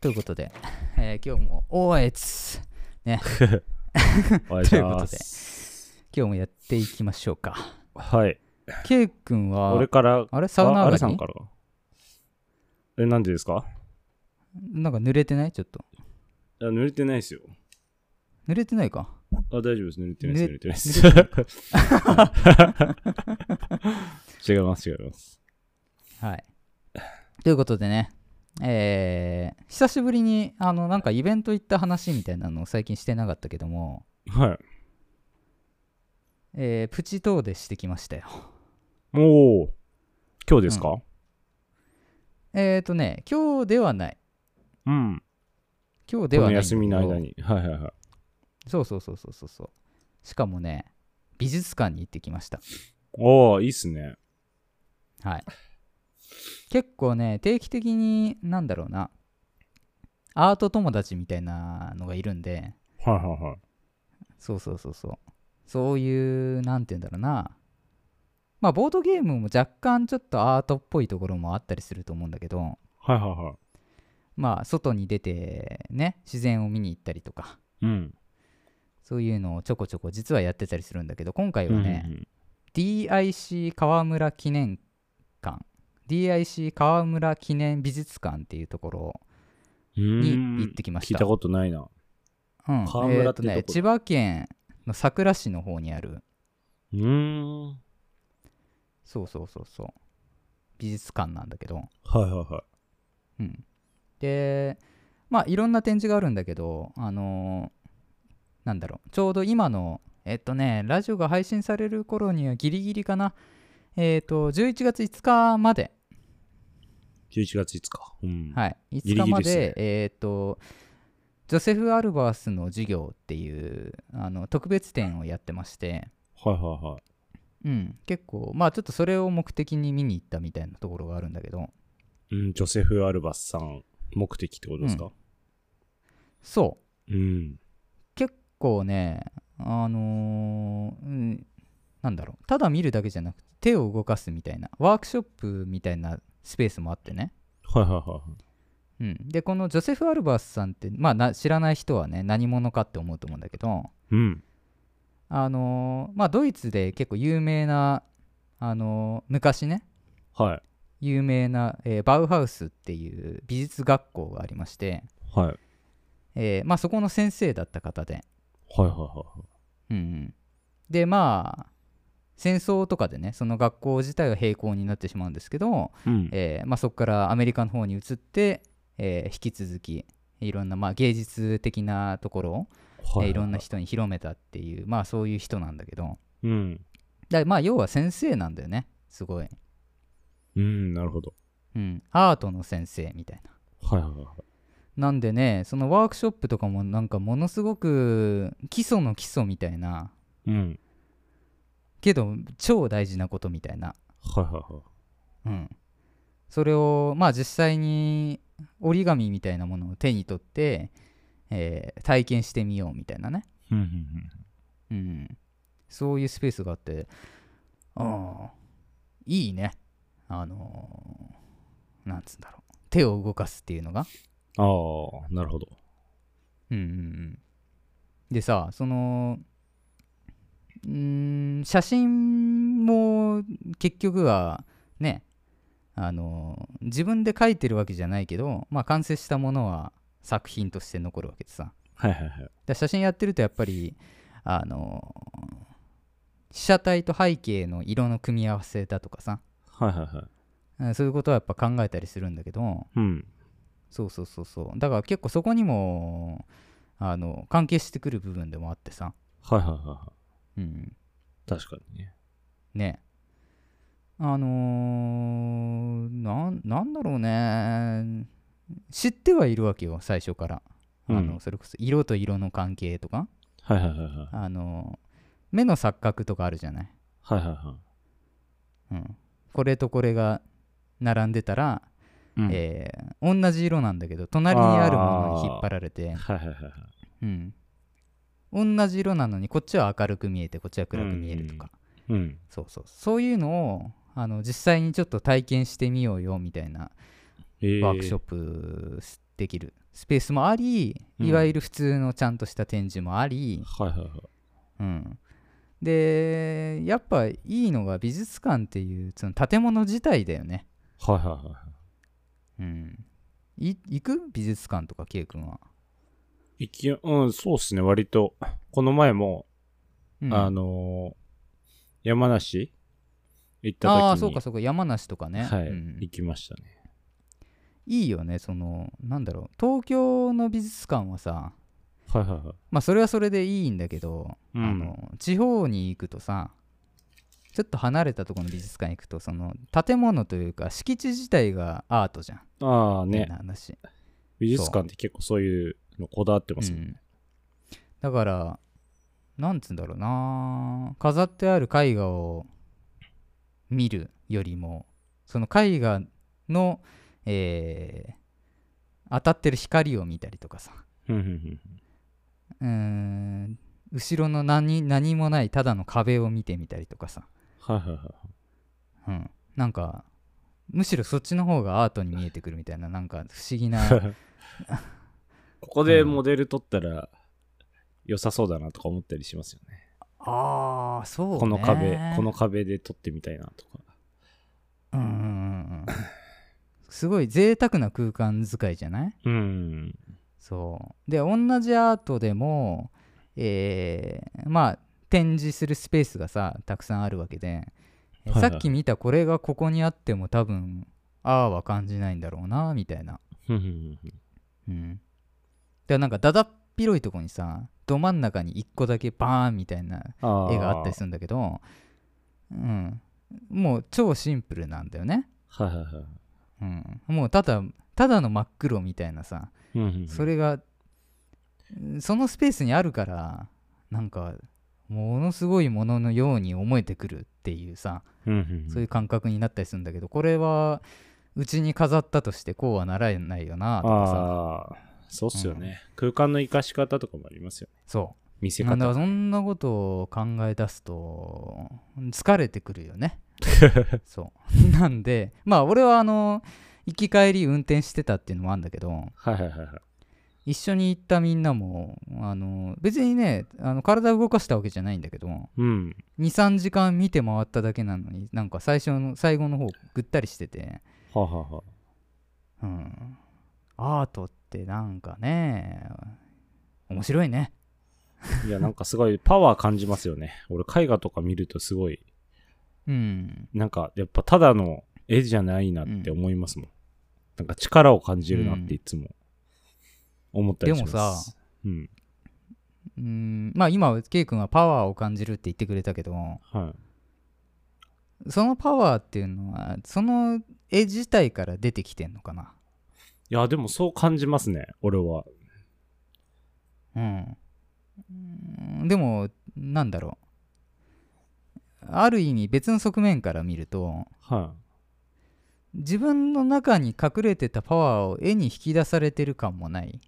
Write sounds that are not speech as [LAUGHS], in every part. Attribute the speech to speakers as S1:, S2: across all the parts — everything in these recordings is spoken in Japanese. S1: ということで、えー今日も、おーえつ
S2: お願いします。
S1: 今日もやっていきましょうか。
S2: はい。
S1: ケイ君は
S2: 俺、から、
S1: あれサウナ
S2: あ
S1: 上
S2: れ
S1: が
S2: さん
S1: り
S2: からか。え、なんでですか
S1: なんか濡れてないちょっと。
S2: いや、濡れてないですよ。
S1: 濡れてないか。
S2: あ、大丈夫です。濡れてないです。
S1: ぬ
S2: 濡れてない [LAUGHS] です。違います、違います。
S1: はい。ということでね、えー久しぶりに、あの、なんかイベント行った話みたいなのを最近してなかったけども、
S2: はい。
S1: えープチ遠出してきましたよ。
S2: もう、今日ですか
S1: えっ、ー、とね、今日ではない。
S2: うん。
S1: 今日で
S2: こ
S1: はないん
S2: の
S1: だけ
S2: 休
S1: ど。
S2: みの間に。はいはいはい。
S1: そうそうそうそうそうそう。しかもね、美術館に行ってきました。
S2: おー、いいっすね。
S1: はい。結構ね、定期的に、なんだろうな、アート友達みたいなのがいるんで、
S2: はいはいはい。
S1: そうそうそうそう。そういう、なんて言うんだろうな。まあ、ボードゲームも若干ちょっとアートっぽいところもあったりすると思うんだけど、
S2: はいはいは
S1: まあ、外に出て、ね、自然を見に行ったりとか、
S2: い。うん。
S1: そういうのをちょこちょこ実はやってたりするんだけど、今回はね、
S2: うんうん
S1: DIC 川村記念館 DIC 川村記念美術館っていうところ、
S2: うーん
S1: に行ってきました
S2: 聞いたことないな。
S1: うん、
S2: 川
S1: え
S2: 村
S1: ーと
S2: って
S1: ね
S2: どこ
S1: 千葉県の佐倉市の方にある
S2: うーん。
S1: そうそうそうそう美術館なんだけど、
S2: はいはいは
S1: うん、でまあいろんな展示があるんだけどあのーなんだろうちょうど今のえっとねラジオが配信される頃にはギリギリかなえっ、と11月5日まで
S2: い。11月5日。うん。
S1: はい、
S2: ギリギリ
S1: 5日まで
S2: ですね
S1: えっ、とジョセフ・アルバースの授業っていうあの特別展をやってまして、
S2: はいはいはい。
S1: うん、結構まあちょっとそれを目的に見に行ったみたいなところがあるんだけど
S2: うん、ジョセフ・アルバスさん目的ってことですか
S1: そう
S2: うん。
S1: 結構ねあのーうん、なんだろうただ見るだけじゃなくて手を動かすみたいなワークショップみたいなスペースもあってね
S2: はいはいはい。
S1: うん、でこのジョセフ・アルバースさんって、まあ、な知らない人はね何者かって思うと思うんだけど、
S2: うん。
S1: あのーまあドイツで結構有名な、あのー昔ね
S2: はい。
S1: 有名な、えーバウハウスっていう美術学校がありまして、
S2: はい。はい
S1: えーまあ、そこの先生だった方で、
S2: はいは
S1: う
S2: い。
S1: んうん、でまあ戦争とかでねその学校自体は閉校になってしまうんですけど、
S2: うん。
S1: えーまあ、そこからアメリカの方に移って、えー引き続きいろんな、まあ、芸術的なところを、
S2: は
S1: えーいろんな。人に広めたっていう、まあ、そういう人なんだけど
S2: うん。
S1: だまあ要は先生なんだよねすごい。
S2: うん、なるほど。
S1: うん、アートの先生みたいな。
S2: はいはいは。
S1: なんでねそのワークショップとかもなんかものすごく基礎の基礎みたいない
S2: うん。
S1: けど超大事なことみたいな、
S2: はいはいは
S1: うん、それをまあ実際に折り紙みたいなものを手に取って、えー体験してみようみたいなね、
S2: い。うんうん
S1: うん、そういうスペースがあってああいいねあのーなんつうんだろう手を動かすっていうのが
S2: うん。ああ、なるほど。
S1: うんうんうんでさそのうーん写真も結局はねあの自分で描いてるわけじゃないけど、まあ、完成したものは作品として残るわけでさだか
S2: はいはいはい。
S1: ら写真やってるとやっぱりあの被写体と背景の色の組み合わせだとかさ
S2: はいはいはい。
S1: うんそういうことはやっぱ考えたりするんだけど
S2: うん。
S1: そうそうそうそうだから結構そこにもあの関係してくる部分でもあってさ
S2: はいはいはいは
S1: うん、
S2: い。確かにね。
S1: ねあのー、なんなんだろうね知ってはいるわけよ最初から、あ
S2: う
S1: の
S2: ん
S1: それこそ色と色の関係とか、
S2: はいはいはいはい。
S1: あのー目の錯覚とかあるじゃない、
S2: はいはいは
S1: うん、これとこれが並んでたら、
S2: い。うん
S1: えー同じ色なんだけど隣にあるものに引っ張られて、
S2: はいはいはいはい。
S1: うん、同じ色なのにこっちは明るく見えてこっちは暗く見えるとか、
S2: うん。
S1: そうそうそういうのをあの実際にちょっと体験してみようよみたいな
S2: えー
S1: ワークショップできるスペースもあり
S2: うん
S1: いわゆる普通のちゃんとした展示もあり、
S2: はいはいはい。
S1: うん、でやっぱいいのが美術館っていうその建物自体だよね、
S2: はいはいはいは
S1: うん、い行く美術館とか K 君は、
S2: い。いき、うん、そうっすね、割と。この前も、
S1: うん、
S2: あのー山梨行った時に。
S1: ああそうかそうか山梨とかね、
S2: はい、
S1: うん
S2: 行きましたね。
S1: いいよねそのなんだろう東京の美術館はさ
S2: はいはいはい。
S1: まあそれはそれでいいんだけど、
S2: うん
S1: あの地方に行くとさちょっと離れたところの美術館行くとその建物というか敷地自体がアートじゃん
S2: ああ
S1: 変
S2: ね
S1: な、話、
S2: 美術館って結構そういうのこだわってますもんね。
S1: だからなんつうんだろうな飾ってある絵画を見るよりもその絵画の、えー当たってる光を見たりとかさ
S2: うんうん
S1: う
S2: うん
S1: ーん後ろの何何もないただの壁を見てみたりとかさ、
S2: はいはいはい。
S1: うん、なんかむしろそっちの方がアートに見えてくるみたいななんか不思議な
S2: [LAUGHS]
S1: [LAUGHS]
S2: ここでモデル撮ったら良さそうだなとか思ったりしますよね。
S1: あーそうね
S2: この壁、この壁で撮ってみたいなとか。
S1: うんうんうんうんすごい贅沢な空間使いじゃない
S2: うん。
S1: そうで同じアートでもえーまあ展示するスペースがさたくさんあるわけで、え
S2: はいはい
S1: さっき見たこれがここにあっても多分ああは感じないんだろうなみたいな
S2: うんうんうん
S1: う
S2: うん
S1: んでなんかだだっ広いとこにさど真ん中に1個だけバーンみたいな
S2: あー
S1: 絵があったりするんだけどうんもう超シンプルなんだよね
S2: はいはいはい。
S1: うん、もうただただの真っ黒みたいなさ、
S2: うんうんうん
S1: それがうんそのスペースにあるからなんかものすごいもののように思えてくるっていうさ、
S2: うんうんうん
S1: そういう感覚になったりするんだけどこれはうちに飾ったとしてこうはならないよなとかさ
S2: ああ、そうっすよね、空間の生かし方とかもありますよね。
S1: そ
S2: 見せ
S1: うなんだ
S2: 方。
S1: そんなことを考え出すと疲れてくるよねそうなんでまあ俺はあの行き帰り運転してたっていうのもあるんだけど、
S2: はいはいはいはい。
S1: 一緒に行ったみんなもあの別にねあの体動かしたわけじゃないんだけど
S2: うん。
S1: 23時間見て回っただけなのになんか最初の最後の方ぐったりしてて、
S2: はあ、はあは
S1: う
S2: あ、
S1: ん、アートってなんかね面白いね
S2: いや、なんかすごいパワー感じますよね。俺、絵画とか見るとすごい、
S1: うん
S2: なんかやっぱただの絵じゃないなって思いますもん。なんか力を感じるなっていつも思ったりします。
S1: でもさ
S2: うん。
S1: うんまあ今 K 君はパワーを感じるって言ってくれたけど
S2: はい。
S1: そのパワーっていうのはその絵自体から出てきてんのかない
S2: や、でもそう感じますね、俺は。
S1: うん、うんでもなんだろうある意味別の側面から見ると
S2: は
S1: 自分の中に隠れてたパワーを絵に引き出されてる感もない
S2: い。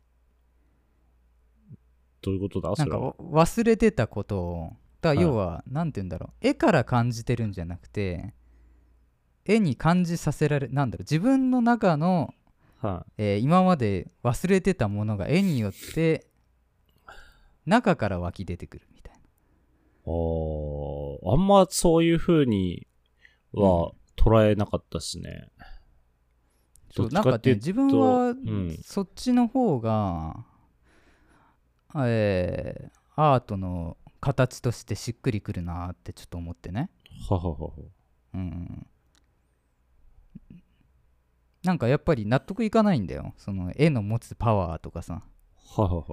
S2: どういうことだ
S1: な
S2: そ
S1: ん
S2: れ
S1: か
S2: は。
S1: お忘れてたことをだから
S2: はい
S1: 要は何て言うんだろう、絵から感じてるんじゃなくて絵に感じさせられなんだろう自分の中の、
S2: は。
S1: えー今まで忘れてたものが絵によって中から湧き出てくるみたいない
S2: おーあんまそういう風には捉えなかったっすね。
S1: そう
S2: ど
S1: な
S2: っ
S1: ん
S2: ちか
S1: か
S2: ってい
S1: ね
S2: うと
S1: 自分は
S2: ん
S1: そっちの方が、えーアートの形としてしっくりくるなーってちょっと思ってね、
S2: はははは。
S1: うんうん、なんかやっぱり納得いかないんだよその絵の持つパワーとかさ、
S2: ははは。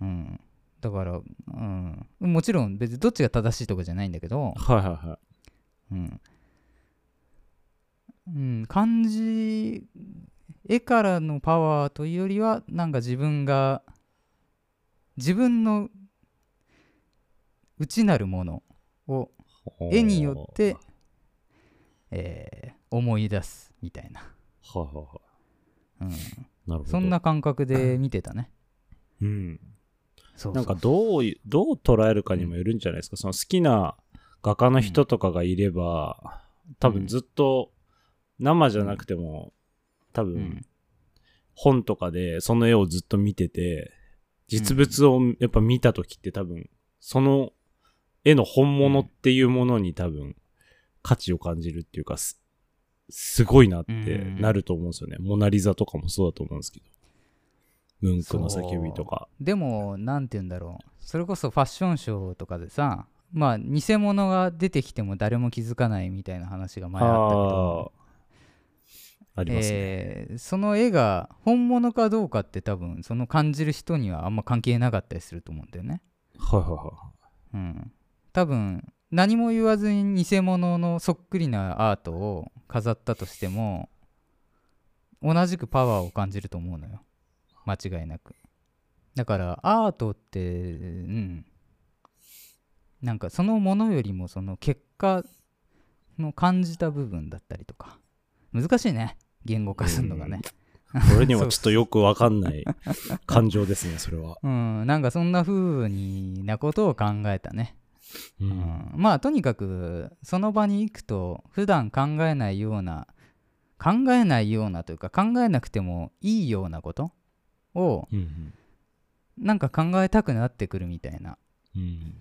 S1: うん、だから、うん、もちろん別にどっちが正しいとかじゃないんだけど、
S2: はいはいは
S1: う
S2: い。
S1: ん、うん、漢字絵からのパワーというよりはなんか自分が自分の内なるものを
S2: おー
S1: 絵によって、えー思い出すみたいな、
S2: ははは。
S1: うん、
S2: なるほど。
S1: そんな感覚で見てたね。
S2: うん。
S1: そう
S2: なん
S1: そ
S2: か
S1: う
S2: どうい、どう捉えるかにもよるんじゃないですか。その好きな画家の人とかがいれば、多分ずっと生じゃなくても、多
S1: うん
S2: 分本とかでその絵をずっと見てて、実物をやっぱ見た時って多分、その絵の本物っていうものに多分、価値を感じるっていうか、す、すごいなってなると思うんですよね。モナリザとかもそうだと思うんですけど。ムンクの叫びとか。
S1: でもなんて言うんだろうそれこそファッションショーとかでさまあ偽物が出てきても誰も気づかないみたいな話が前あったけど
S2: あーありますね。
S1: えーその絵が本物かどうかって多分その感じる人にはあんま関係なかったりすると思うんだよね。
S2: はいはいは
S1: うん、多分何も言わずに偽物のそっくりなアートを飾ったとしても同じくパワーを感じると思うのよ間違いなくだからアートってうんなんかそのものよりもその結果の感じた部分だったりとか難しいね言語化するのがね
S2: い。俺にはちょっとよくわかんない感情ですね、それは。
S1: うんなんかそんな風になことを考えたね
S2: うん
S1: うんまあとにかくその場に行くと普段考えないような考えないようなというか考えなくてもいいようなことを
S2: うん
S1: なんか考えたくなってくるみたいな、
S2: うん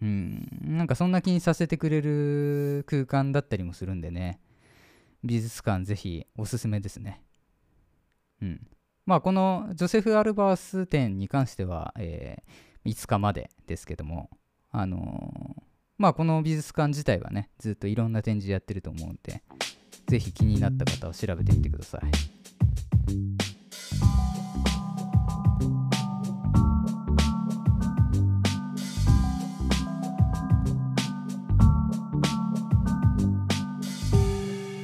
S1: うん、なんかそんな気にさせてくれる空間だったりもするんでね美術館ぜひおすすめですね。うん、まあこのジョセフ・アルバース展に関しては、えー5日までですけども、あのーまあこの美術館自体はねずっといろんな展示やってると思うんでぜひ気になった方は調べてみてください。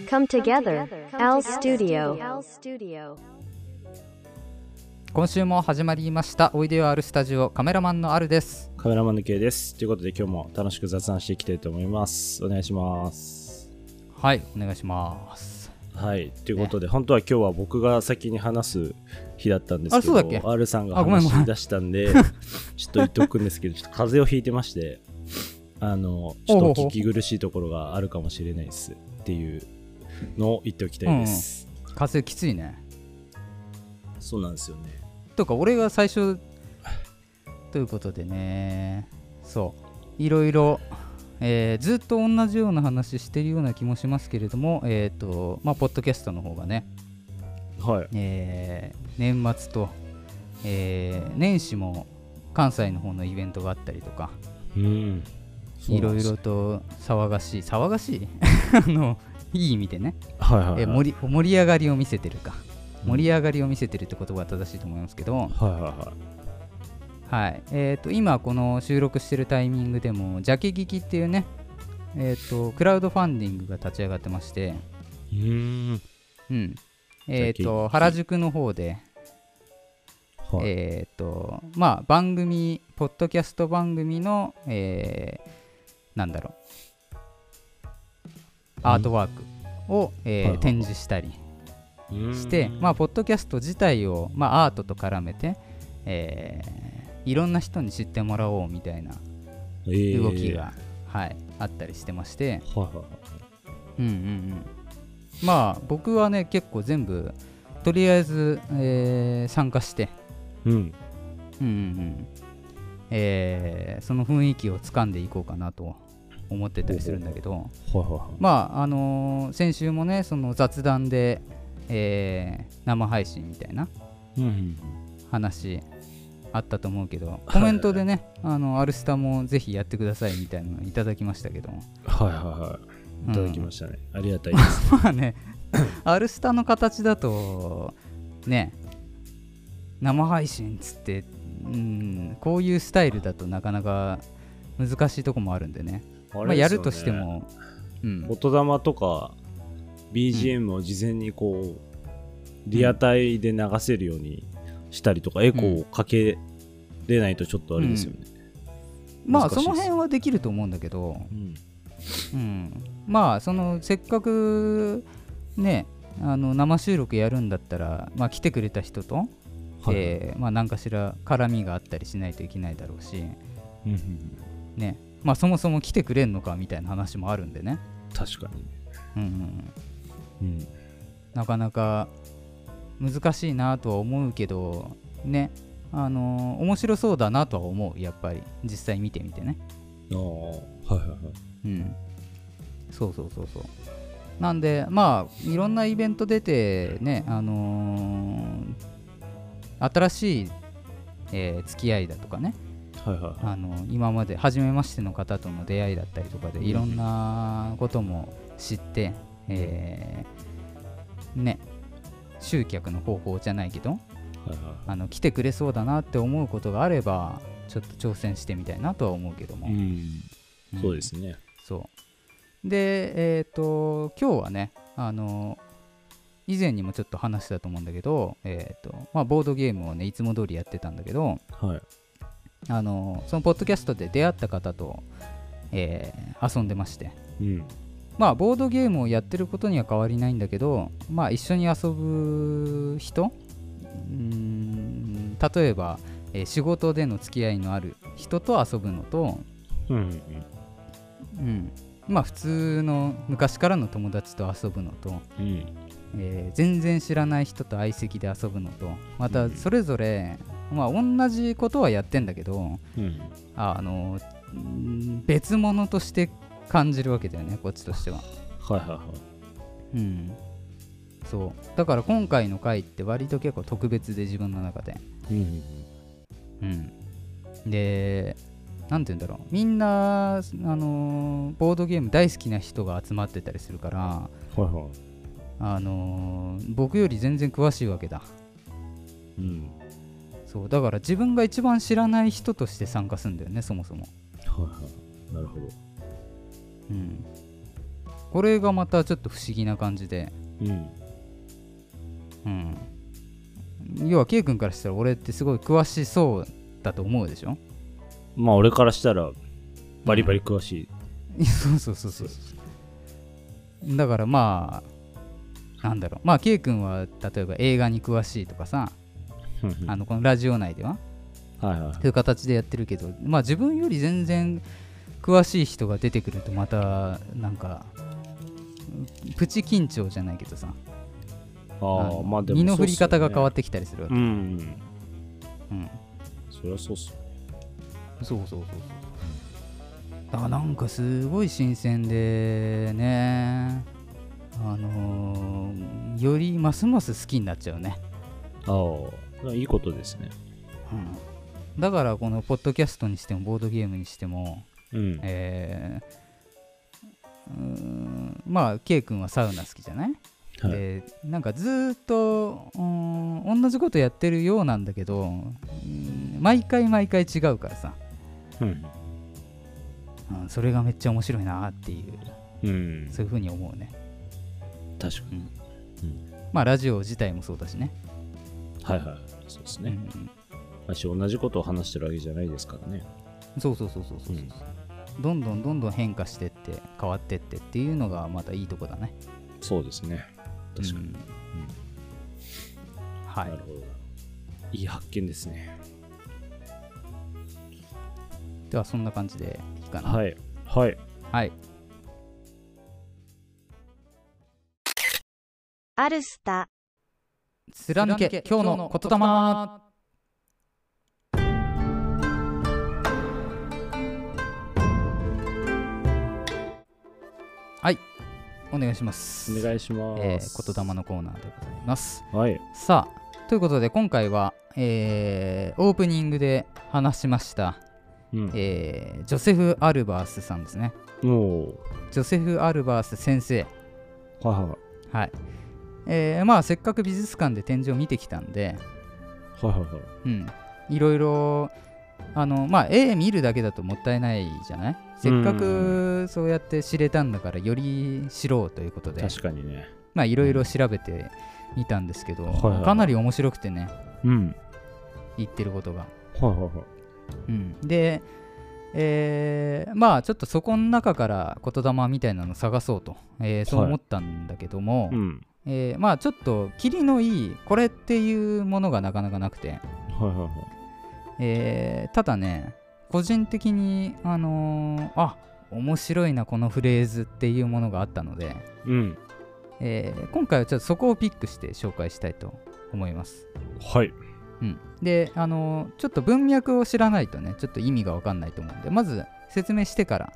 S3: Come together, Al Studio.
S1: 今週も始まりました「おいでよあるスタジオ」カメラマンのあるです。
S2: カメラマンの K です。ということで今日も楽しく雑談していきたいと思います。お願いします。
S1: はい、お願いします。
S2: はい。ということで、本当は今日は僕が先に話す日だったんですけど、
S1: あそうだっけ
S2: R さんが
S1: あごめん
S2: 話
S1: ご
S2: し
S1: めん
S2: 出した
S1: [LAUGHS]
S2: んで、ちょっと言っとくんですけど、ちょっと風邪をひいてまして、あの、ちょっとお聞き苦しいところがあるかもしれないですっていうのを言っておきたいです。
S1: 風きついね。
S2: そうなんですよね。
S1: とか、俺が最初ということでね、そう、いろいろ、えーずっと同じような話してるような気もしますけれども、えっ、と、まあ、ポッドキャストの方がね、
S2: はい。
S1: えー年末と、えー年始も関西の方のイベントがあったりとか、
S2: うん。
S1: いろいろ。と騒がしい、騒がしい [LAUGHS] あの、いい意味でね、
S2: はいはい、はい。
S1: えー盛り盛り上がりを見せてるか。盛り上がりを見せてるって言葉は正しいと思いますけど、
S2: はいはいはい。
S1: はいえー、と今この収録してるタイミングでもジャケ聞きっていうね、えー、とクラウドファンディングが立ち上がってまして、
S2: うーん。
S1: うんえー、
S2: ジャケ聞
S1: と
S2: き
S1: 原宿の方で、
S2: はい。
S1: えーとまあ、番組ポッドキャスト番組の、えーなんだろうアートワークを、えー
S2: はいはいはい
S1: 展示したりして、
S2: うん
S1: まあ、ポッドキャスト自体を、まあ、アートと絡めて、えーいろんな人に知ってもらおうみたいな
S2: えー
S1: 動きが、はい、あったりしてまして、
S2: はいはい
S1: うんうんうん、まあ僕はね結構全部とりあえず、えー参加して、
S2: うん
S1: うんうんうんえーその雰囲気をつかんでいこうかなと思ってたりするんだけど
S2: はいはいはい
S1: まああのー先週もねその雑談で、えー生配信みたいな
S2: うん
S1: 話あったと思うけどコメントでね「あのアルスタもぜひやってください」みたいなのいただきましたけども
S2: はいはいはいいただきましたね、ありがたいです [LAUGHS]
S1: まあね、アルスタの形だと、ね、生配信っつって、うん、こういうスタイルだとなかなか難しいとこもあるんでね。
S2: あ
S1: まあ、やるとしても、うん、
S2: 音玉とか BGM を事前にこう、リアタイで流せるようにしたりとか、エコーをかけれないとちょっとあれですよね、
S1: まあ
S2: 難しい
S1: そ
S2: っす
S1: の辺はできると思うんだけど、
S2: うん
S1: うん、まあそのせっかくね、あの生収録やるんだったら、まあ、来てくれた人と、
S2: はい
S1: えーまあ、何かしら絡みがあったりしないといけないだろうし、
S2: うんうんうん
S1: ねまあ、そもそも来てくれんのかみたいな話もあるんでね。
S2: 確かに、
S1: うんうんうん
S2: うん、
S1: なかなか難しいなとは思うけどねあの面白そうだなとは思うやっぱり実際見てみてね
S2: ああ、はいはいはい。
S1: うんそうそうそうそうなんでまあいろんなイベント出てねあのー新しい、えー付き合いだとかね
S2: はいはいはい。
S1: あの今まで初めましての方との出会いだったりとかで
S2: うん
S1: いろんなことも知って、えーね集客の方法じゃないけど
S2: はいは
S1: あの来てくれそうだなって思うことがあればちょっと挑戦してみたいなとは思うけども、
S2: い。うん。
S1: うん
S2: そうですね。
S1: そうでえっ、と今日はねあの以前にもちょっと話したと思うんだけど、えーとまあ、ボードゲームをねいつも通りやってたんだけど、
S2: はい。
S1: あのそのポッドキャストで出会った方と、えー遊んでまして
S2: うん。
S1: まあボードゲームをやってることには変わりないんだけどまあ一緒に遊ぶ人うーん例えば、えー仕事での付き合いのある人と遊ぶのと、
S2: うんうんうん。
S1: うん、まあ普通の昔からの友達と遊ぶのと、
S2: うん。
S1: えー全然知らない人と相席で遊ぶのとま
S2: う
S1: た
S2: ん
S1: それぞれ、まあ同じことはやってんだけど
S2: うん。
S1: あのうん別物として感じるわけだよねこっちとしては
S2: はいはいはい。
S1: うんそうだから今回の回って割と結構特別で自分の中で
S2: うんうん
S1: うんで何て言うんだろうみんなあのボードゲーム大好きな人が集まってたりするから
S2: うん。はいは
S1: あの僕より全然詳しいわけだ
S2: い。うん。
S1: そうだから自分が一番知らない人として参加するんだよねそもそも
S2: はいはい。なるほど。
S1: うんこれがまたちょっと不思議な感じで
S2: うん。
S1: うん、要は K 君からしたら俺ってすごい詳しそうだと思うでしょ [LAUGHS]
S2: まあ俺からしたら、バリバリ詳しい。
S1: そうそうそうそうだからまあなんだろうまあ K 君は例えば映画に詳しいとかさ、
S2: うんうん
S1: あのこのラジオ内では
S2: はいはいはい
S1: という形でやってるけどまあ自分より全然詳しい人が出てくるとまたなんかプチ緊張じゃないけどさ
S2: ああ、
S1: の
S2: まあでも。
S1: 身の振り方が変わ
S2: っ
S1: ってきたりするわ
S2: う
S1: け、
S2: んうん。
S1: うん、
S2: そりゃそうっすよね。
S1: そうそうそうそうだからなんかすごい新鮮でねあのーよりますます好きになっちゃうね、
S2: ああ、いいことですね。
S1: うん、だからこのポッドキャストにしてもボードゲームにしても
S2: うん。
S1: えーうーんまあ K 君はサウナ好きじゃない、
S2: はい。
S1: でなんかずーっとうーん同じことやってるようなんだけどうーん毎回毎回違うからさ、
S2: うん。
S1: うん、それがめっちゃ面白いなーっていう
S2: うん。
S1: そういうふうに思うね。
S2: 確かに。
S1: まあラジオ自体もそうだしね。
S2: はいはい。そうです
S1: う
S2: ね。
S1: ん
S2: 私同じことを話してるわけじゃないですからね。
S1: うんそうそうそうそうそうそう、どんどんどんどん変化してって変わってってっていうのがまたいいとこだね。
S2: そうですね。確か
S1: う
S2: に。
S1: んはい
S2: なる。ほど。いい発見ですね。
S1: ではそんな感じでいいかな。
S2: はい。はい。
S1: はい。
S3: アルスタ、
S1: 貫け今日の言霊はい。お願いします。
S2: お願いします。
S1: えー言霊のコーナーでございます。
S2: はい。
S1: さあということで今回は、えーオープニングで話しました、
S2: うん。
S1: えージョセフ・アルバースさんですね
S2: も
S1: ジョセフ・アルバース先生
S2: う、はいは
S1: はいえーまあせっかく美術館で展示を見てきたんで
S2: い。はいはいはい。
S1: うんいろいろあのまあ絵見るだけだともったいないじゃないせっかくそうやって知れたんだからより知ろうということで
S2: 確かにね。
S1: まあいろいろ調べてみたんですけど、
S2: はいはいはい
S1: かなり面白くてね
S2: うん。
S1: 言ってることが
S2: はいはいはい。
S1: うん、で、えーまあちょっとそこの中から言霊みたいなの探そうと、えーそう思ったんだけども、
S2: うん。
S1: えーまあちょっとキリのいいこれっていうものがなかなかなくて、
S2: はいはいはい。
S1: えーただね個人的にあのーあ面白いなこのフレーズっていうものがあったので、
S2: うん。
S1: えー今回はちょっとそこをピックして紹介したいと思います。
S2: はい。
S1: うん、であのちょっと文脈を知らないとねちょっと意味が分かんないと思うんでまず説明してから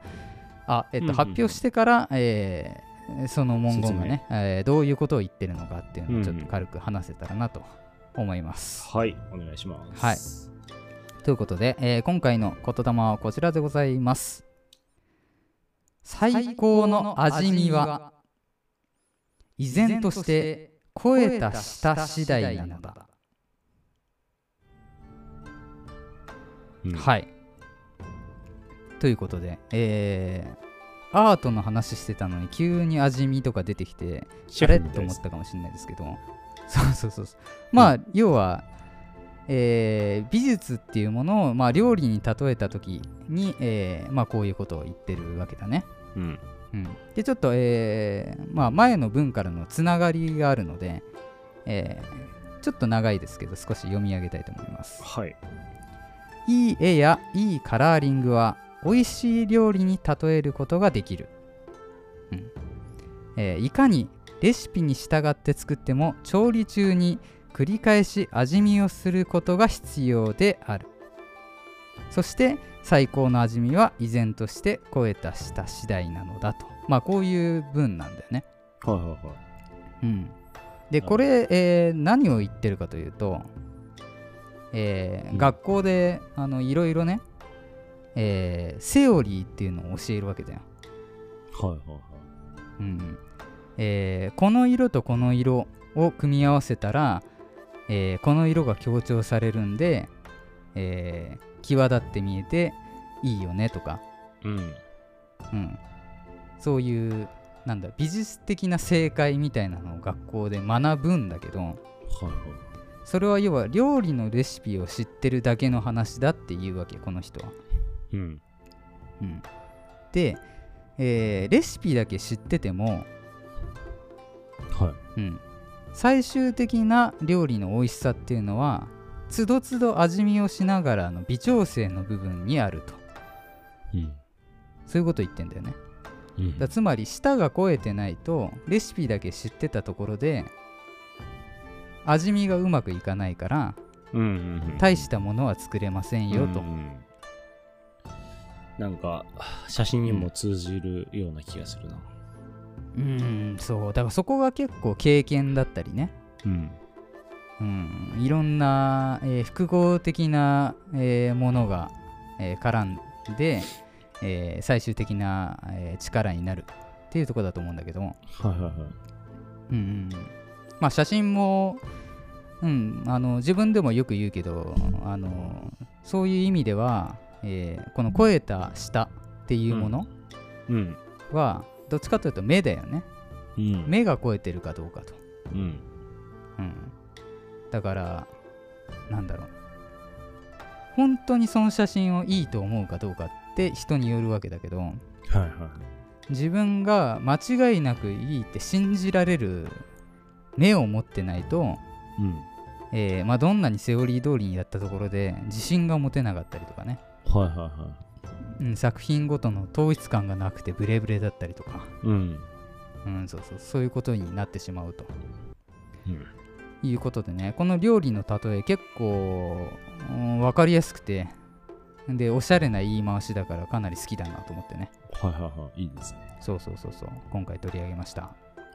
S1: あ、えっ
S2: うんうんう
S1: と、
S2: ん
S1: 発表してから、えーその文言がね、えーどういうことを言ってるのかっていうのをちょっと軽く話せたらなと思います。
S2: はい。お願いします。
S1: はい。ということで、えー今回の言霊はこちらでございます。最高の味見は依
S4: 依
S1: 然
S4: 然
S1: と
S4: と
S1: し
S4: してて
S1: 超
S4: 肥
S1: え
S4: え
S1: た
S4: た
S1: 舌
S4: 舌
S1: 次
S4: 次
S1: 第
S4: 第
S1: な
S4: な
S1: の
S4: の
S1: だ
S4: だ。
S2: うん
S1: はい。ということで、えーアートの話してたのに急に味見とか出てきて、
S2: シ
S1: あれ
S2: ェフみ
S1: と
S2: たいで
S1: 思っ
S2: す
S1: たかもしれないですけど、 [LAUGHS] そうそうそうそう。まあ、要は、えー美術っていうものを、まあ、料理に例えた時に、えーまあ、こういうことを言ってるわけだね。
S2: うん。
S1: うん、でちょっと、えーまあ、前の文からのつながりがあるので、えーちょっと長いですけど少し読み上げたいと思います。
S2: はい。
S1: いい絵やいいカラーリングは美味しい料理に例えることができる、うんえーいかにレシピに従って作っても調理中に繰り返し味見をすることが必要であるそして最高の味見は依然として超えたした次第なのだとまあこういう文なんだよね、
S2: はいはいはい。
S1: うん、でこれ、えー何を言ってるかというと、えー
S2: うん
S1: 学校であのいろいろね、えーセオリーっていうのを教えるわけだよ、
S2: はいはいはい。
S1: うんうんえーこの色とこの色を組み合わせたら、えーこの色が強調されるんで、えー際立って見えていいよねとか、
S2: うん。
S1: うん、そういうなんだ美術的な正解みたいなのを学校で学ぶんだけど、
S2: はいはい。
S1: それは要は料理のレシピを知ってるだけの話だっていうわけこの人は。
S2: うん。
S1: うん、で、えーレシピだけ知ってても、
S2: はい。
S1: うん、最終的な料理の美味しさっていうのはつどつど味見をしながらの微調整の部分にあると
S2: うん。
S1: そういうこと言ってんだよね。
S2: うん
S1: だつまり舌が肥えてないとレシピだけ知ってたところで味見がうまくいかないから
S2: うんうんうん。
S1: 大したものは作れませんよと。
S2: うんなんか、写真にも通じるような気がするな。
S1: うんそうだからそこが結構経験だったりね、
S2: うん。
S1: うん、いろんな、えー複合的な、えーものが、えー絡んで、えー最終的な、えー力になるっていうところだと思うんだけども、
S2: はいはいはい。
S1: うんうんまあ、写真も、うん、あの自分でもよく言うけどあのそういう意味では、えーこの肥えた舌っていうもの
S2: うん。
S1: は、どっちかというと目だよね
S2: うん。
S1: 目が肥えてるかどうかと。
S2: うん。
S1: うん、だからなんだろう本当にその写真をいいと思うかどうかって人によるわけだけど
S2: はいはい。
S1: 自分が間違いなくいいって信じられる目を持ってないと、
S2: うん。
S1: えーまあ、どんなにセオリー通りにやったところで自信が持てなかったりとかね、
S2: はいはいは
S1: うん、作品ごとの統一感がなくてブレブレだったりとか、
S2: い。うん。
S1: うん、そうそうそういうことになってしまうと。
S2: うん。
S1: いうことでねこの料理の例え結構、うん、分かりやすくてでおしゃれな言い回しだからかなり好きだなと思ってね
S2: はいはいはい。いいですね。
S1: そうそうそうそう今回取り上げました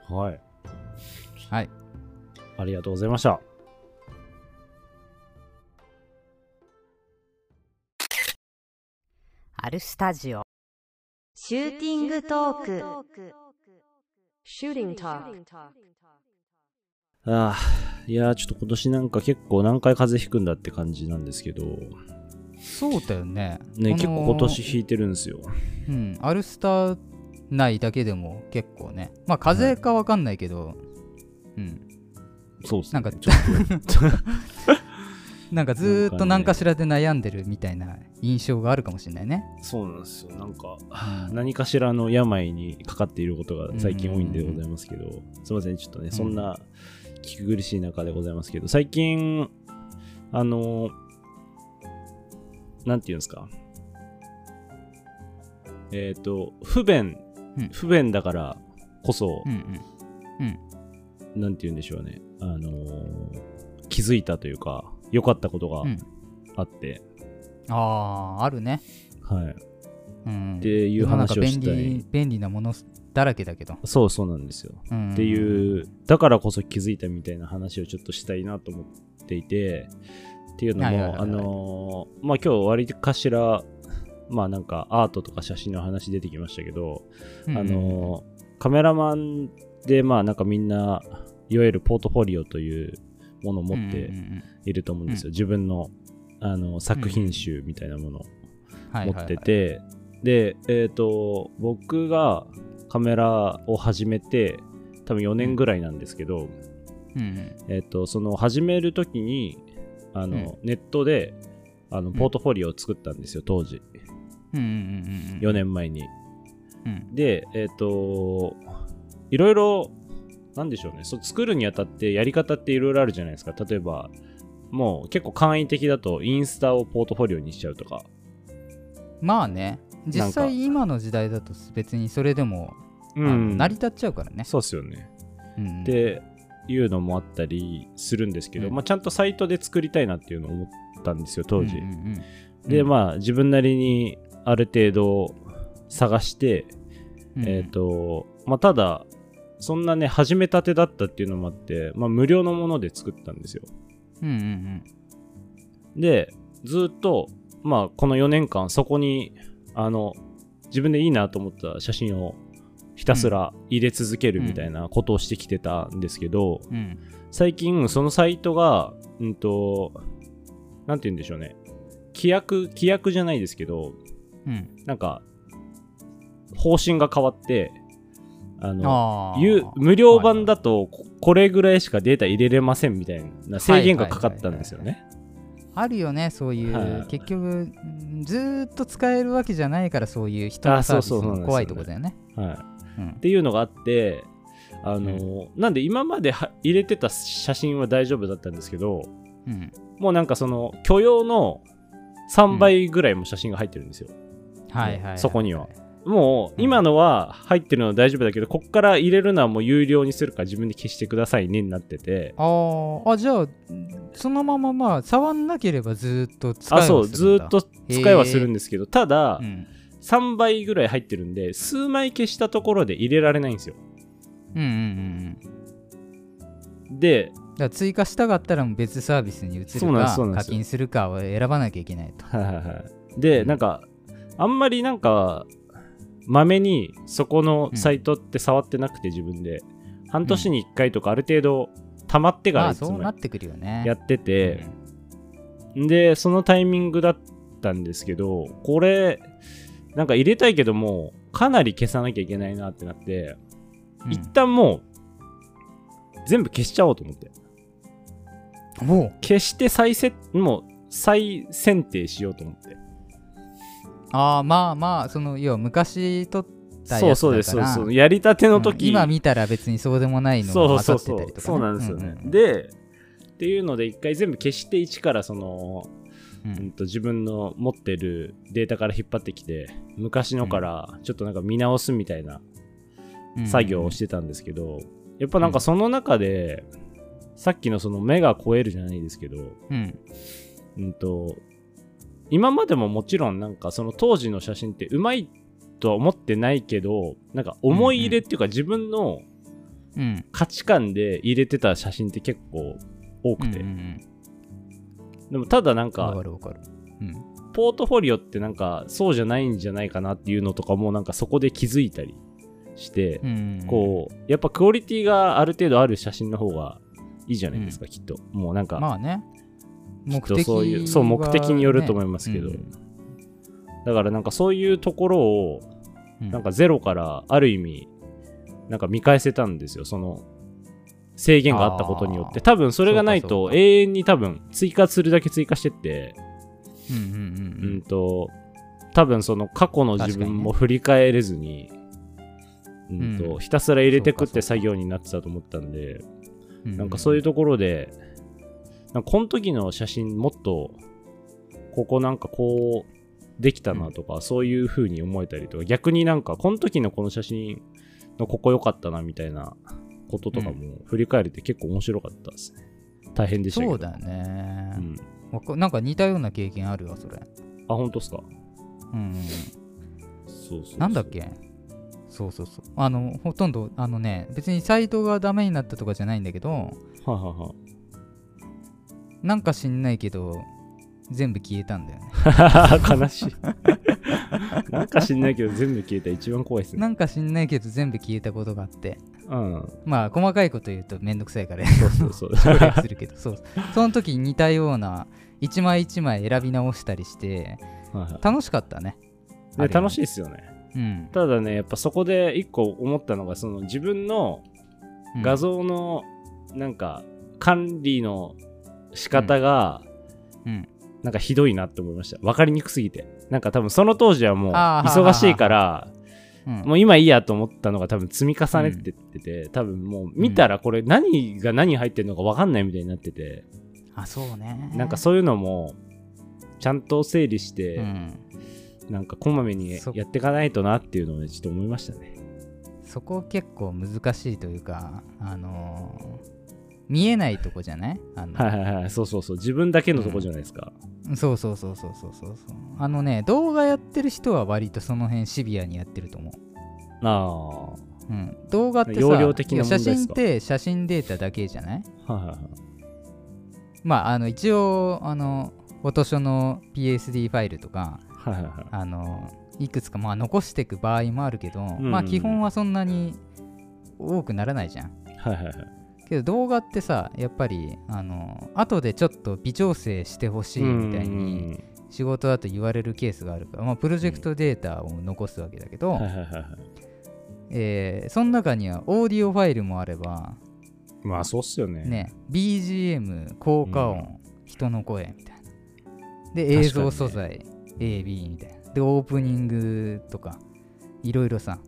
S2: はい。
S1: はい
S2: ありがとうございました。
S5: アルスタジオ
S3: シューティングトーク。Shooting Talk.
S2: ああ、いやー、ちょっと今年なんか結構何回風邪ひくんだって感じなんですけど、
S1: そうだよね
S2: ね、結
S1: この
S2: 構今年ひいてるんですよ。
S1: うんアルスタ内だけでも結構ねまあ風邪か分かんないけど、うん
S2: そうっす
S1: なん
S2: ね。
S1: か
S2: ちょ [LAUGHS] っ
S1: なんかずーっと何かしらで悩んでるみたいな印象があるかもしれないね
S2: と、そうなんですよ。なんか、
S1: うん
S2: 何かしらの病にかかっていることが最近多いんでございますけど、すいません、ちょっとね、そんな聞く苦しい中でございますけど、最近、あの、なんていうんですか、えっ、と、不便
S1: うん、
S2: 不便だからこそ
S1: うん、うん
S2: なんて言うんでしょうね、あのー気づいたというか、良かったことが
S1: うん
S2: あって、
S1: あああるね、
S2: はい。っ
S1: うん、
S2: ていう
S1: 世の中
S2: 話をした
S1: 便
S2: い
S1: 利。便利なものだらけだけど、
S2: そうそうなんですよ。
S1: うん
S2: っていう、だからこそ気づいたみたいな話をちょっとしたいなと思っていて、っていうの
S1: はいはいはい
S2: も、
S1: はい
S2: あのーまあ今日割かしら、まあなんかアートとか写真の話出てきましたけど、
S1: うん
S2: あのーカメラマンでまあなんかみんないわゆるポートフォリオというものを持っ
S1: うんう
S2: て
S1: んうん
S2: いると思うんですよ、自分のあの作品集みたいなものを
S1: はいはい
S2: 持
S1: はい
S2: ってて、でえっ、と僕がカメラを始めて多分4年ぐらいなんですけど、
S1: うんうん
S2: えっ、とその始める時にあの、ネットであのポートフォリオを作ったんですよ当時
S1: うんうんうんうん
S2: 4年前に、
S1: うん
S2: でえっ、といろいろなんでしょうねそう作るにあたってやり方っていろいろあるじゃないですか例えばもう結構簡易的だとインスタをポートフォリオにしちゃうとか
S1: まあね実
S2: なんか
S1: 際今の時代だと別にそれでも、あの成り立っちゃうからね、
S2: そうっすよね
S1: うん
S2: っていうのもあったりするんですけど、
S1: うん
S2: まあ、ちゃんとサイトで作りたいなっていうのを思ったんですよ当時、
S1: うんうんうん
S2: でまあ自分なりにある程度探して、
S1: うん
S2: えっ、とまあただそんなね始めたてだったっていうのもあって、まあ、無料のもので作ったんですよ
S1: うんうん
S2: でずっとまあこの4年間そこにあの自分でいいなと思った写真をひたすら入れ続けるみたいなことをしてきてたんですけど、
S1: うんうん
S2: 最近そのサイトがうんとなんて言うんでしょうね規約規約じゃないですけど
S1: うん
S2: なんか方針が変わってあの
S1: あー
S2: ゆ無料版だとここれぐらいしかデータ入れれませんみたいな制限がかかったんですよね。
S1: あるよねそういう、
S2: はい
S1: 結局んずーっと使えるわけじゃないからそういう人の
S2: あ
S1: サー
S2: そう
S1: ビス
S2: そう
S1: の怖いとこだよね
S2: はい、
S1: うん
S2: っていうのがあってあの、なんで今までは入れてた写真は大丈夫だったんですけど
S1: うん
S2: もうなんかその許容の3倍ぐらいも写真が入ってるんですよ。
S1: はいはいはい
S2: そこにはもう今のは入ってるのは大丈夫だけどこっから入れるのはもう有料にするから自分で消してくださいねになってて
S1: あーあじゃあそのまままあ触んなければずーっと使え
S2: あ
S1: は
S2: そう
S1: す
S2: ず
S1: るんだ
S2: ーっと使いはするんですけどただ
S1: うん
S2: 3倍ぐらい入ってるんで数枚消したところで入れられないんですよ
S1: うんうんうんうん
S2: で
S1: だから追加したかったらもう別サービスに移る
S2: そうなんです
S1: か
S2: そうなんで
S1: 課
S2: す
S1: 金するかを選ばなきゃいけないと
S2: はいはいはいで
S1: うん
S2: なんかあんまりなんかまめにそこのサイトって触ってなくて自分で半年に1回とかある程度溜まってか
S1: ま
S2: ら
S1: あ
S2: いつ
S1: そう
S2: も
S1: なってくるよね
S2: やってて、でそのタイミングだったんですけどこれなんか入れたいけどもうかなり消さなきゃいけないなってなって、
S1: うん
S2: 一旦もう全部消しちゃおうと思って
S1: うんおう
S2: 消して再設もう再選定しようと思って
S1: ああまあまあその要は昔撮ったやつだか
S2: そう
S1: ら
S2: そうですそうそうやりたての時、
S1: うん今見たら別にそうでもないのが
S2: そう
S1: 混ざ
S2: そ
S1: っ
S2: う
S1: てた
S2: そ
S1: りとか、ね、
S2: うそうなんですよね、
S1: うん
S2: でっていうので一回全部消して一からその
S1: うん
S2: うんと自分の持ってるデータから引っ張ってきて昔のからちょっとなんか見直すみたいな
S1: うん
S2: 作業をしてたんですけど、やっぱなんかその中で、さっきのその目が超えるじゃないですけど、
S1: うん
S2: うんと、今までももちろんなんかその当時の写真ってうまいとは思ってないけど、なんか思い入れっていうか自分の
S1: うん
S2: 価値観で入れてた写真って結構多
S1: う
S2: く
S1: ん
S2: て、
S1: うんうん
S2: でもただなん
S1: わか
S2: か
S1: るわかるうん
S2: ポートフォリオってなんかそうじゃないんじゃないかなっていうのとかもなんかそこで気づいたりして、
S1: うん
S2: こう、やっぱクオリティがある程度ある写真の方がいいじゃないですか、きっと。もうなんか、
S1: まあね
S2: き
S1: 目
S2: っと
S1: 的
S2: そういう、そう、目的によると思
S1: い
S2: いますけど、
S1: うん
S2: だからなんかそういうところを、
S1: うん
S2: なんかゼロからある意味、なんか見返せたんですよ、その制限があったことによって。
S1: あー
S2: 多分それがない
S1: そう
S2: と
S1: かそうか
S2: 永遠に多分追加するだけ追加してって、
S1: うんう
S2: うんんと、多分その過去の自分も振り返れずに、うんと
S1: うん
S2: ひたすら入れてくっ
S1: そうかそうか
S2: て作業になってたと思ったんで、
S1: うんうん
S2: なんかそういううところで、なんかこの時の写真もっと、ここなんかこうできたなとか、そういう風に思えたりとか、逆になんかこの時のこの写真のここ良かったなみたいなこととかも振り返れて結構面白かったですね。
S1: ん
S2: 大変でしたけ
S1: そ
S2: ど
S1: うだよね
S2: う、ん、
S1: わかなんか似たような経験あるわそれ、
S2: あ本当ですか
S1: うんうん
S2: そうそうそう
S1: なんだっけそうそうそうあのほとんどあのね別にサイトがダメになったとかじゃないんだけど
S2: はあはあはあ [LAUGHS]
S1: なんか知んないけど全部消えたんだ
S2: [LAUGHS]
S1: よね
S2: 悲
S1: [LAUGHS]
S2: しいなんか知んないけど全部消えた一番怖いですね
S1: なんか知んないけど全部消えたことがあって
S2: うん
S1: まあ細かいこと言うとめんどくさいから [LAUGHS]
S2: そうそうそう [LAUGHS]
S1: 省略するけどそうその時似たような一枚一枚選び直したりして
S2: はいは
S1: 楽しかったね
S2: いね楽しいですよね
S1: うん、
S2: ただねやっぱそこで一個思ったのがその自分の
S1: うん
S2: 画像のなんか管理の仕方が
S1: うん
S2: なんかひどいなって思いました分かりにくすぎてなんか多分その当時はもう
S1: あー
S2: 忙しいから
S1: うん
S2: もう今いいやと思ったのが多分積み重ねてってて、多分もう見たらこれ何が何入ってるのか分かんないみたいになってて、
S1: あそうね
S2: なんかそういうのもちゃんと整理して、
S1: うん、
S2: なんかこまめに
S1: そ
S2: やっていかないとなっていうのをねちょっと思いましたね
S1: そこ結構難しいというかあのー見えないとこじゃないあの、
S2: はいはいはいそうそうそう自分だけのとこじゃないですか、
S1: そうそうそうそうそうそうそうあのね動画やってる人は割とその辺シビアにやってると思う
S2: ああは
S1: うん、動画ってさ
S2: 容量的な問題ですか
S1: いや写真って写真データだけじゃない
S2: いはいはい
S1: まああの一応あのフォトショの PSD ファイルとか
S2: はいはいはい
S1: あのいくつかまあ残していく場合もあるけど、
S2: ん
S1: まあ基本はそんなに多くならないじゃん
S2: はいはいはい
S1: けど動画ってさやっぱりあの後でちょっと微調整してほしいみたいに仕事だと言われるケースがあるから、まあ、プロジェクトデータを残すわけだけど、
S2: うんはいはいはいはい
S1: えーその中にはオーディオファイルもあれば
S2: まあそうっすよね
S1: ね、BGM 効果音、人の声みたいなで
S2: 確かにね
S1: 映像素材、AB みたいなでオープニングとかいろいろさ、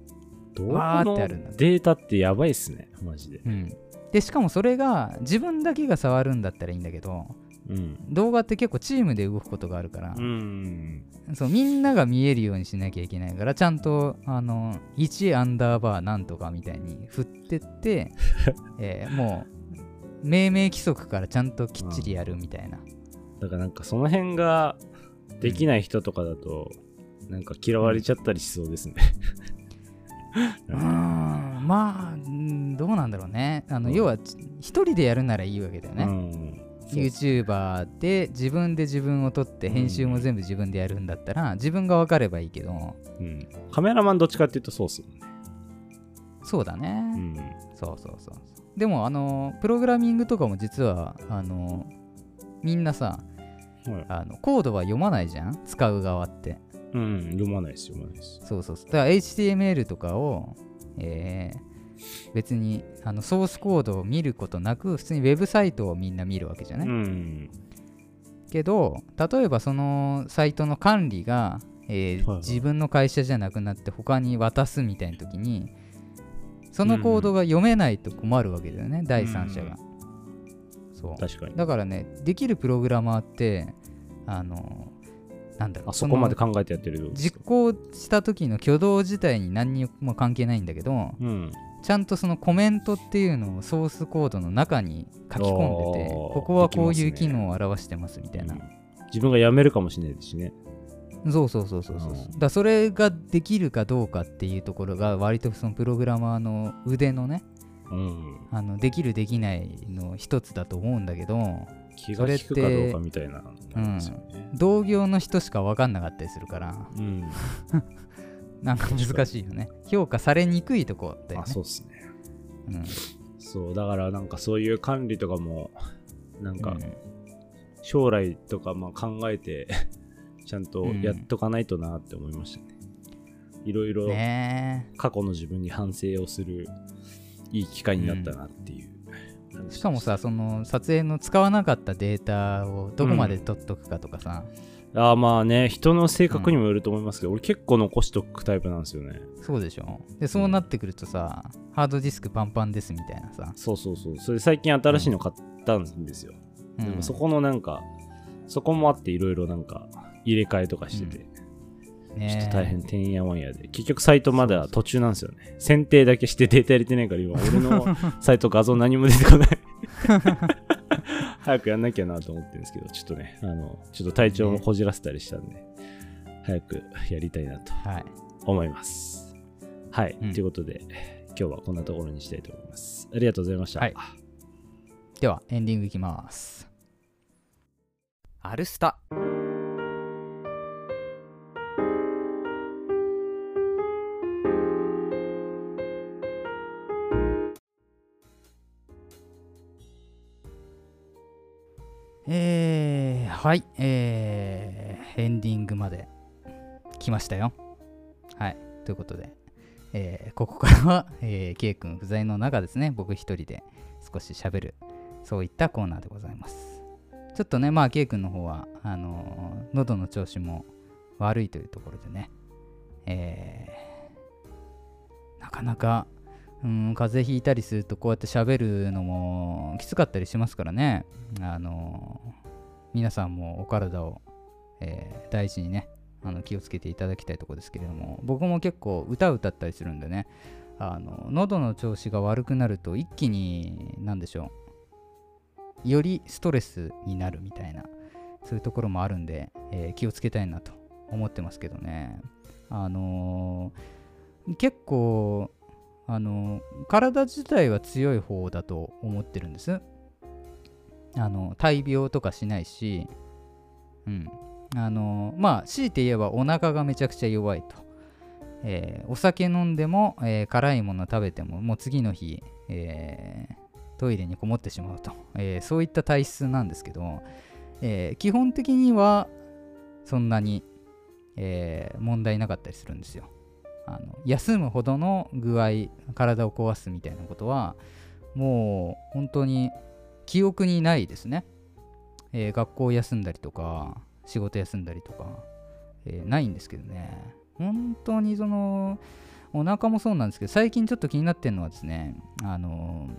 S2: ど
S1: わー
S2: の
S1: ってあるんだ
S2: データってやばいっすねマジで
S1: うん、でしかもそれが自分だけが触るんだったらいいんだけど
S2: うん
S1: 動画って結構チームで動くことがあるから
S2: う、ん
S1: そうみんなが見えるようにしなきゃいけないからちゃんとあの1アンダーバーなんとかみたいに振って
S2: [LAUGHS]
S1: って、えーもう命名規則からちゃんときっちりやるみたいな。
S2: だからなんかその辺ができない人とかだと、なんか嫌われちゃったりしそうですね。
S1: うーんまあうんどうなんだろうねあの、
S2: うん
S1: 要はち一人でやるならいいわけだよ
S2: う
S1: ね、
S2: ん。
S1: YouTuber で自分で自分を撮って編集も全部自分でやるんだったら、自分が分かればいいけど
S2: うんカメラマンどっちかっていうとそうっすよね。
S1: そうだね、
S2: うん。
S1: そうそうそうでもあのプログラミングとかも実はあのみんなさ
S2: はい
S1: あのコードは読まないじゃん使う側って
S2: うん、読まないです、読まないです。
S1: そうそうそうだから HTML とかを、えー別にあのソースコードを見ることなく普通にウェブサイトをみんな見るわけじゃない、
S2: うん。
S1: けど例えばそのサイトの管理が、えー
S2: はいはい
S1: 自分の会社じゃなくなって他に渡すみたいな時にそのコードが読めないと困るわけだよね、第三者が、そう
S2: 確かに。
S1: だからねできるプログラマーってあのなんだろう
S2: あそこまで
S1: の
S2: 考えてやってるようです
S1: 実行した時の挙動自体に何にも関係ないんだけど
S2: うん。
S1: ちゃんとそのコメントっていうのをソースコードの中に書き込んでて
S2: あー
S1: ここはこうい
S2: で
S1: う機
S2: きますね
S1: 能を表してますみたいな、
S2: うん自分が辞めるかもしれないですしね。
S1: そうそうそうそうそう、
S2: うん
S1: だからそれができるかどうかっていうところが割とそのプログラマーの腕のね
S2: うん。
S1: あのできるできないの一つだと思うんだけど
S2: 気が利くかどうかみたいなのなんですよね。
S1: 同業の人しか分かんなかったりするから
S2: うん。
S1: なんか難しいよね評価されにくいとこだよ
S2: あ、
S1: ね
S2: そうっすね。
S1: うん
S2: そう、だからなんかそういう管理とかも、なんか
S1: うん
S2: 将来とかまあ考えて [LAUGHS] ちゃんとやっとかないとなって思いましたね。いろいろ
S1: ねえ
S2: 過去の自分に反省をするいい機会になったなっていう感じです
S1: しかもさその撮影の使わなかったデータをどこまで取っとくかとかさ、
S2: あーまあね人の性格にもよると思いますけど、俺結構残しとくタイプなんですよね
S1: そうでしょでそうなってくるとさ、ハードディスクパンパンですみたいなさ、
S2: そうそうそうそれ最近新しいの買ったんですよ、
S1: うん
S2: でもそこのなんかそこもあっていろいろなんか入れ替えとかしてて、ちょっ
S1: ね
S2: と大変てんやわんやで結局サイトまだ途中なんですよね選定だ
S1: [LAUGHS]
S2: けしてデータ入れてないから今俺のサイト画像何も出てこない早くやんなきゃなと思ってるんですけど、ちょっとね、あの、ちょっと体調もこじらせたりしたんで、早くやりたいなと
S1: はい。
S2: 思います。はい、
S1: うん
S2: ということで、今日はこんなところにしたいと思います。ありがとうございました。
S1: はいでは、エンディングいきます。アルスタ。えー、はい、えー、エンディングまで来ましたよ。はい、ということで、えーここからは、えー、K 君不在の中ですね、僕一人で少し喋る、そういったコーナーでございます。ちょっとね、まあ、K 君の方は、あのー喉の調子も悪いというところでね、えーなかなか、うん、風邪ひいたりすると、こうやって喋るのもきつかったりしますからね、あのー皆さんもお体を、えー大事にね、あの気をつけていただきたいところですけれども僕も結構歌歌ったりするんでねあの喉の調子が悪くなると一気に何でしょうよりストレスになるみたいなそういうところもあるんで、えー気をつけたいなと思ってますけどねあのー結構あのー体自体は強い方だと思ってるんですあの大病とかしないしうんあのまあ強いて言えばお腹がめちゃくちゃ弱いと、えーお酒飲んでも、えー辛いもの食べてももう次の日、えートイレにこもってしまうと、えーそういった体質なんですけど、えー基本的にはそんなに、えー問題なかったりするんですよあの休むほどの具合体を壊すみたいなことはもう本当に記憶にないですねえー学校休んだりとか仕事休んだりとか、えーないんですけどね本当にそのお腹もそうなんですけど最近ちょっと気になってるのはですねあの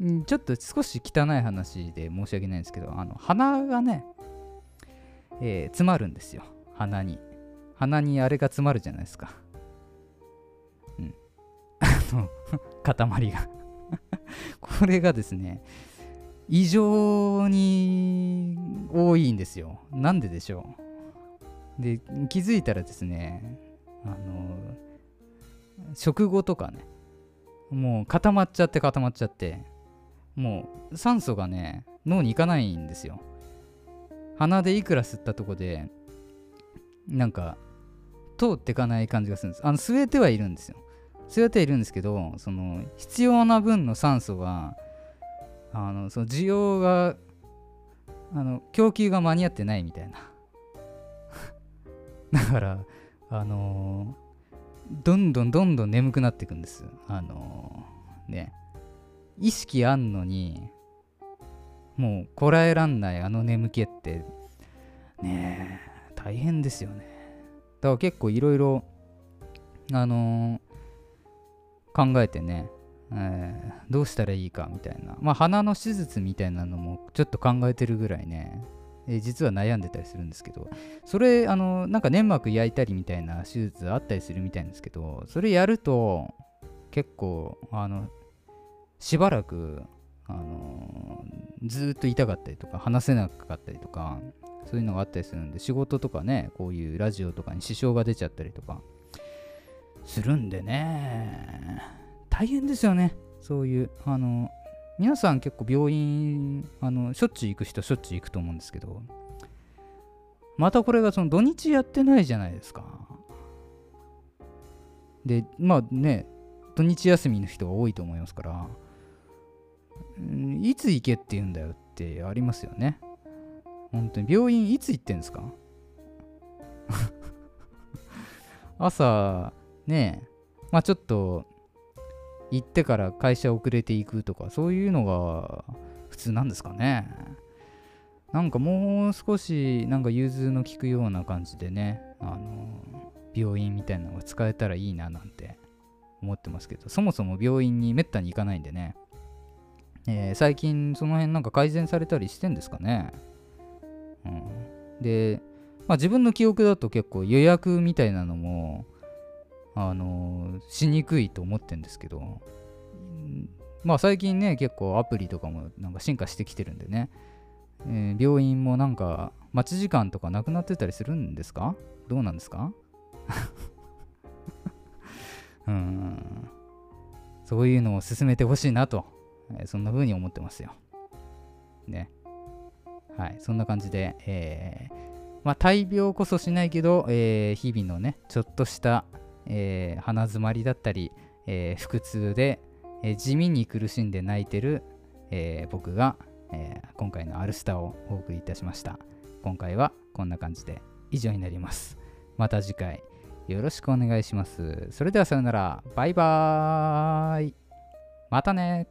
S1: ーうんちょっと少し汚い話で申し訳ないんですけどあの鼻がね、えー詰まるんですよ鼻に鼻にあれが詰まるじゃないですかうん [LAUGHS] あの塊が [LAUGHS] これがですね異常に多いんですよ。なんででしょうで気づいたらですねあの食後とかねもう固まっちゃって固まっちゃってもう酸素がね脳に行かないんですよ。鼻でいくら吸ったとこでなんか通ってかない感じがするんです。あの吸えてはいるんですよ。吸えてはいるんですけどその必要な分の酸素があのその需要があの供給が間に合ってないみたいな [LAUGHS] だからあのーどんどんどんどん眠くなっていくんですあのーね意識あんのにもうこらえらんないあの眠気ってねえ大変ですよねだから結構いろいろあのー考えてねえーどうしたらいいかみたいな、まあ、鼻の手術みたいなのもちょっと考えてるぐらいね、えー実は悩んでたりするんですけどそれあのなんか粘膜焼いたりみたいな手術あったりするみたいなんですけどそれやると結構あのしばらくあのずーっと痛かったりとか話せなかったりとかそういうのがあったりするんで仕事とかねこういうラジオとかに支障が出ちゃったりとかするんでね大変ですよねそういうあの皆さん結構病院あのしょっちゅう行く人しょっちゅう行くと思うんですけどまたこれがその土日やってないじゃないですかでまあね土日休みの人が多いと思いますからうんいつ行けって言うんだよってありますよね本当に病院いつ行ってんですか [LAUGHS] 朝ねまあちょっと行ってから会社遅れていくとかそういうのが普通なんですかねなんかもう少しなんか融通の利くような感じでねあの病院みたいなのが使えたらいいななんて思ってますけどそもそも病院にめったに行かないんでね、えー最近その辺なんか改善されたりしてんですかね、うん、で、まあ、自分の記憶だと結構予約みたいなのもあのしにくいと思ってんですけどんまあ最近ね結構アプリとかもなんか進化してきてるんでね、えー病院もなんか待ち時間とかなくなってたりするんですかどうなんですか [LAUGHS] うーんそういうのを進めてほしいなと、えーそんな風に思ってますよねはいそんな感じで、えーまあ、大病こそしないけど、えー日々のねちょっとした、えー鼻づまりだったり、えー腹痛でえー地味に苦しんで泣いてる、えー僕が、えー今回の「アルスタ」をお送りいたしました今回はこんな感じで以上になりますまた次回よろしくお願いしますそれではさようならバイバーイまたね